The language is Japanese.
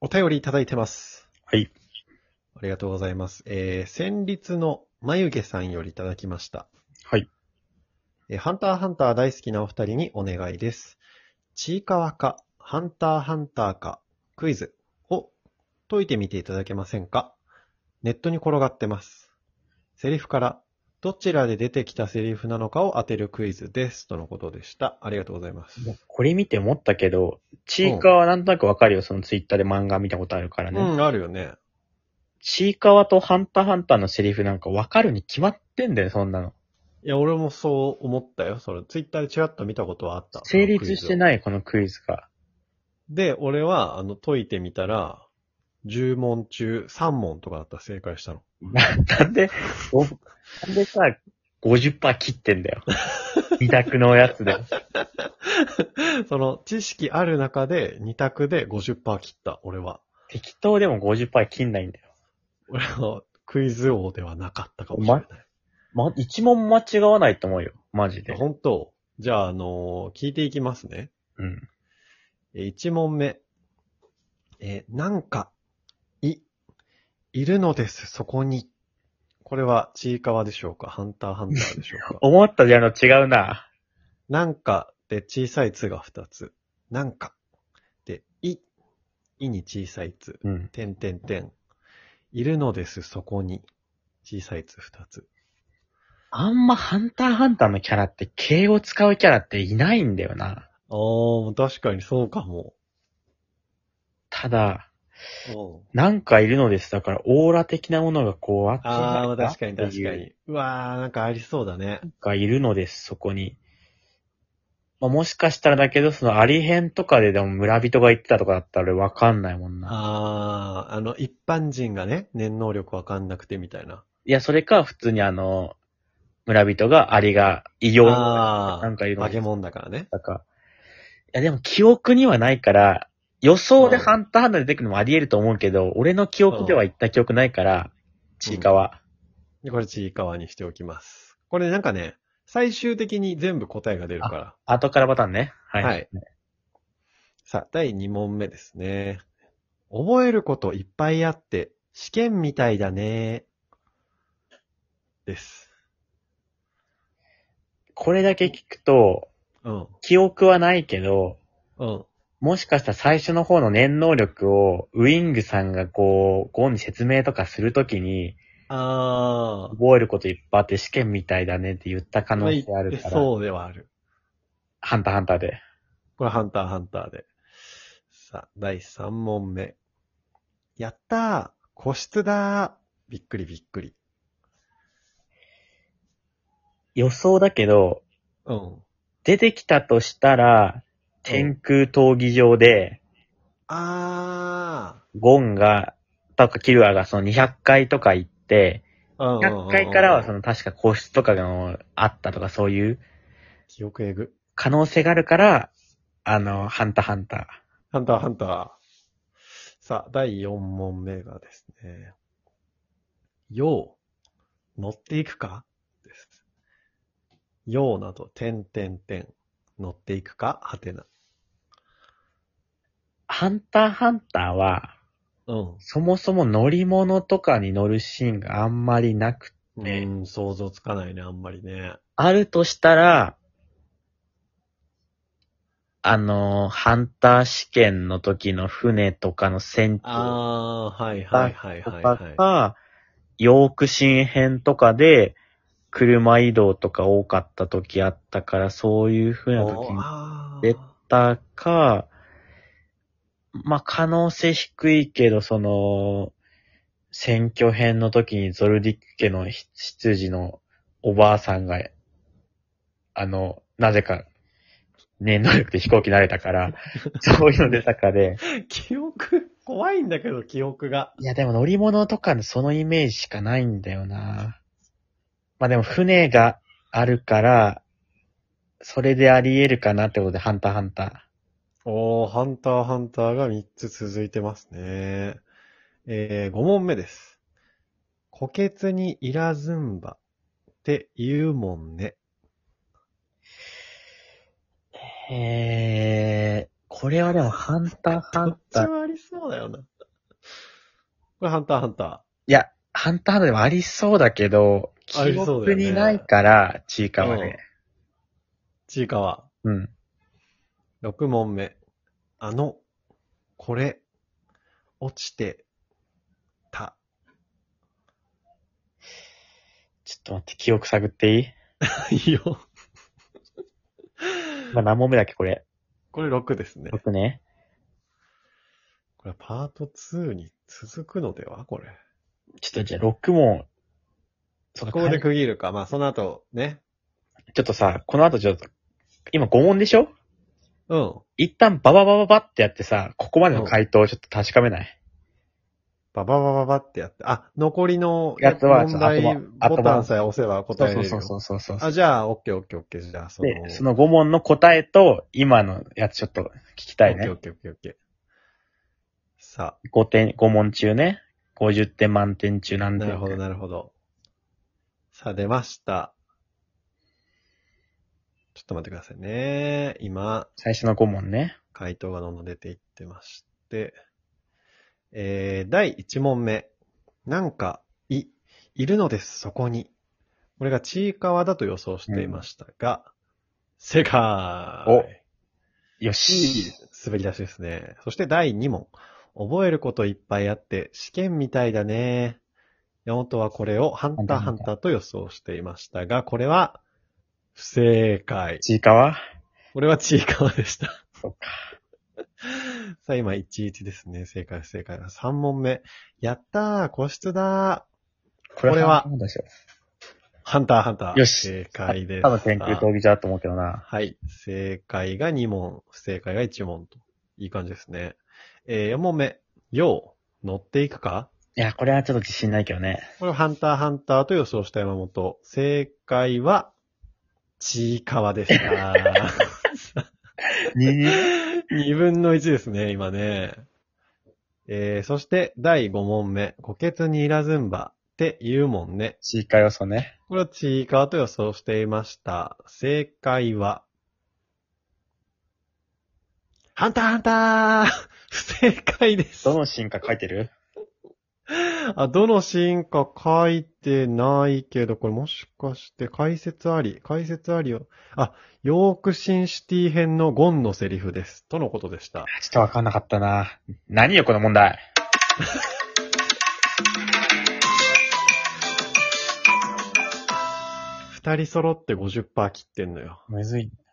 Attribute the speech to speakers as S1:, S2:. S1: お便りいただいてます。
S2: はい。
S1: ありがとうございます。えー、戦慄の眉毛さんよりいただきました。
S2: はい。
S1: えーハンターハンター大好きなお二人にお願いです。ちいかわか、ハンターハンターか、クイズを解いてみていただけませんかネットに転がってます。セリフから、どちらで出てきたセリフなのかを当てるクイズです。とのことでした。ありがとうございます。
S2: もうこれ見て思ったけど、チーカワはなんとなくわかるよ。そのツイッターで漫画見たことあるからね。
S1: うん、あるよね。
S2: チーカワとハンターハンターのセリフなんかわかるに決まってんだよ、そんなの。
S1: いや、俺もそう思ったよ。それ、ツイッターでチラッと見たことはあった。
S2: 成立して
S1: い。
S2: ない、このクイズが。
S1: で、俺は、あの、解いてみたら、10問中3問とかだったら正解したの。
S2: なんで、おなんでさ、50%切ってんだよ。二択のやつで。
S1: その、知識ある中で2択で50%切った、俺は。
S2: 適当でも50%切んないんだよ。
S1: 俺はクイズ王ではなかったかもしれない。
S2: ま、一問間違わないと思うよ。マジで。
S1: 本当じゃあ、あのー聞いていきますね。
S2: うん。
S1: 1問目。えーなんか、い、いるのです、そこに。これは、ちいかわでしょうかハンターハンターでしょ うか
S2: 思ったじゃの違うな。
S1: なんかで小さいつが二つ。なんかで、い、いに小さいつ。
S2: うん。
S1: てんてんてん。いるのです、そこに。小さいつ二つ。
S2: あんまハンターハンターのキャラって敬語使うキャラっていないんだよな。
S1: あー、確かにそうかも。
S2: ただ、なんかいるのです。だから、オーラ的なものがこうあって。
S1: あー、確かに
S2: っていう
S1: 確か。に。うわー、なんかありそうだね。
S2: がいるのです、そこに。まあ、もしかしたらだけど、そのアリ編とかででも村人が言ってたとかだったら俺わかんないもんな。
S1: あー、あの、一般人がね、念能力わかんなくてみたいな。
S2: いや、それか、普通にあの、村人がアリが異様だ
S1: あー、
S2: なんかいるの
S1: 化け物だからね。
S2: か。いや、でも記憶にはないから、予想でハンターハンターで出てくるのもあり得ると思うけど、俺の記憶では言った記憶ないから、ちいかわ。
S1: でこれちいかわにしておきます。これなんかね、最終的に全部答えが出るから。
S2: 後からパターンね。はい。
S1: はいさあ、第2問目ですね。覚えることいっぱいあって、試験みたいだね。です。
S2: これだけ聞くと、
S1: うん。
S2: 記憶はないけど、
S1: うん。
S2: もしかしたら最初の方の念能力を、ウィングさんがこう、ゴンに説明とかするときに、
S1: あー。
S2: 覚えることいっぱいあって試験みたいだねって言った可能性あるから、
S1: そうではある。
S2: ハンターハンターで。
S1: これハンターハンターで。さあ、第3問目。やったー個室だーびっくりびっくり。
S2: 予想だけど、
S1: うん。
S2: 出てきたとしたら、天空闘技場で、
S1: あ
S2: ゴンが、とかキルアがその200回とか行って、
S1: ー。うんうんうんうん
S2: 100回からはその確か個室とかがあったとかそういう
S1: 記憶えぐ。
S2: 可能性があるから、あの、ハンターハンター。
S1: ハンター、ハンター。さあ、第4問目がですね。よう、乗っていくかです。ようなど、てんてんてん、乗っていくかはてな。
S2: ハンターハンターは、
S1: うん。
S2: そもそも乗り物とかに乗るシーンがあんまりなく、ね
S1: うん、想像つかないね、あんまりね。
S2: あるとしたら、あの、ハンター試験の時の船とかの船長
S1: あー、はいはいはい
S2: と
S1: はい、
S2: か
S1: はい。
S2: か、ヨーク新編とかで、車移動とか多かった時あったから、そういう風な時
S1: お
S2: にあっ
S1: あ
S2: で
S1: ー
S2: たか、まあ、可能性低いけど、その、選挙編の時にゾルディック家のひ執事のおばあさんが、あの、なぜか、念能力で飛行機慣れたから、そういうの出たかで、
S1: 記憶、怖いんだけど、記憶が。
S2: いや、でも乗り物とかのそのイメージしかないんだよな。まあでも船があるから、それであり得るかなってことで、ハンターハンタ
S1: おー、ハンター、ハンターが3つ続いてますね。えー、5問目です。虎穴にいらずんばって言うもんね。
S2: ー。へえ、これはでもハンターハン
S1: こっち
S2: ター。
S1: はありそうだよな。これハンターハンタ
S2: いや、ハンターハンターでもありそうだけど、
S1: あり
S2: 記
S1: そうだよね
S2: 憶にないから、ちいかわね。
S1: ー。ちいかわ。
S2: うん。
S1: 6問目。あの、これ、落ちて、た。
S2: ちょっと待って、記憶探っていい
S1: いいよ。
S2: まあ、何問目だっけ、これ。
S1: これ6です ね。
S2: 僕ね。
S1: これはパート2に続くのではこれ。
S2: ちょっとじゃあ6問。そ
S1: こ
S2: っ
S1: こで
S2: か
S1: 区切るか。まあ、その後、ね。
S2: ちょっとさ、この後ちょっと、今5問でしょ
S1: うん。
S2: 一旦バババババってやってさ、ここまでの回答をちょっと確かめない。
S1: バババババってやって。あ、残りの
S2: やつは
S1: 問題
S2: ちょっと後
S1: ボ
S2: は
S1: タンさえ押せば
S2: そう
S1: 答え
S2: そ
S1: れ
S2: う
S1: る
S2: そう
S1: よ。
S2: そうそうそう
S1: あ、じゃあ、オッケーオッケーオッケー。じゃあ、その。
S2: で、その5問の答えと、今のやつちょっと聞きたいね
S1: オッ。ケーオッケーオッケーオッケー。さ
S2: 5点、5問中ね。50点満点中
S1: あ、
S2: 何
S1: な
S2: 点
S1: るほど、なるほど。さあ、出ました。ちょっと待ってくださいね。今、
S2: 最初の5問ね。
S1: 回答がどんどん出ていってまして。えー、第1問目。なんか、い、いるのです、そこに。これがちいかわだと予想していましたが、正解
S2: およ
S1: いい
S2: し。
S1: 滑り出しですね。そして第2問。覚えることいっぱいあって、試験みたいだね。山本はこれをハンターハンターと予想していましたが、これは、不正解。
S2: ちいかわ
S1: これはちいかわでした。
S2: そっ
S1: さあ、今11ですね。正解不正解。3問目。やったー個室だこ
S2: こ
S1: れは
S2: なんでしょ
S1: ーハンターハンター。
S2: よし
S1: 正解です。
S2: ただ研究闘技場だと思うけどな。
S1: はい。正解が2問、不正解が1問と。いい感じですね。えー、4問目。よう、乗っていくか
S2: いや、これはちょっと自信ないけどね。
S1: これをハンターハンターと予想した山本。正解は、ちいかわでした。2分の1ですね、今ね。えー、そして、第5問目。虎穴にいらずんばって言うもんね。
S2: ちいかわ予想ね。
S1: これはちいかわと予想していました。正解は、ハンターハンター 不正解です。
S2: どのシーンか書いてる
S1: あ、どのシーンか書いてないけど、これもしかして解説あり、解説ありよ。あ、ヨークシンシティ編のゴンのセリフです。とのことでした。
S2: ちょっとわかんなかったな。何よ、この問題。
S1: 二人揃って50%切ってんのよ。
S2: むずい。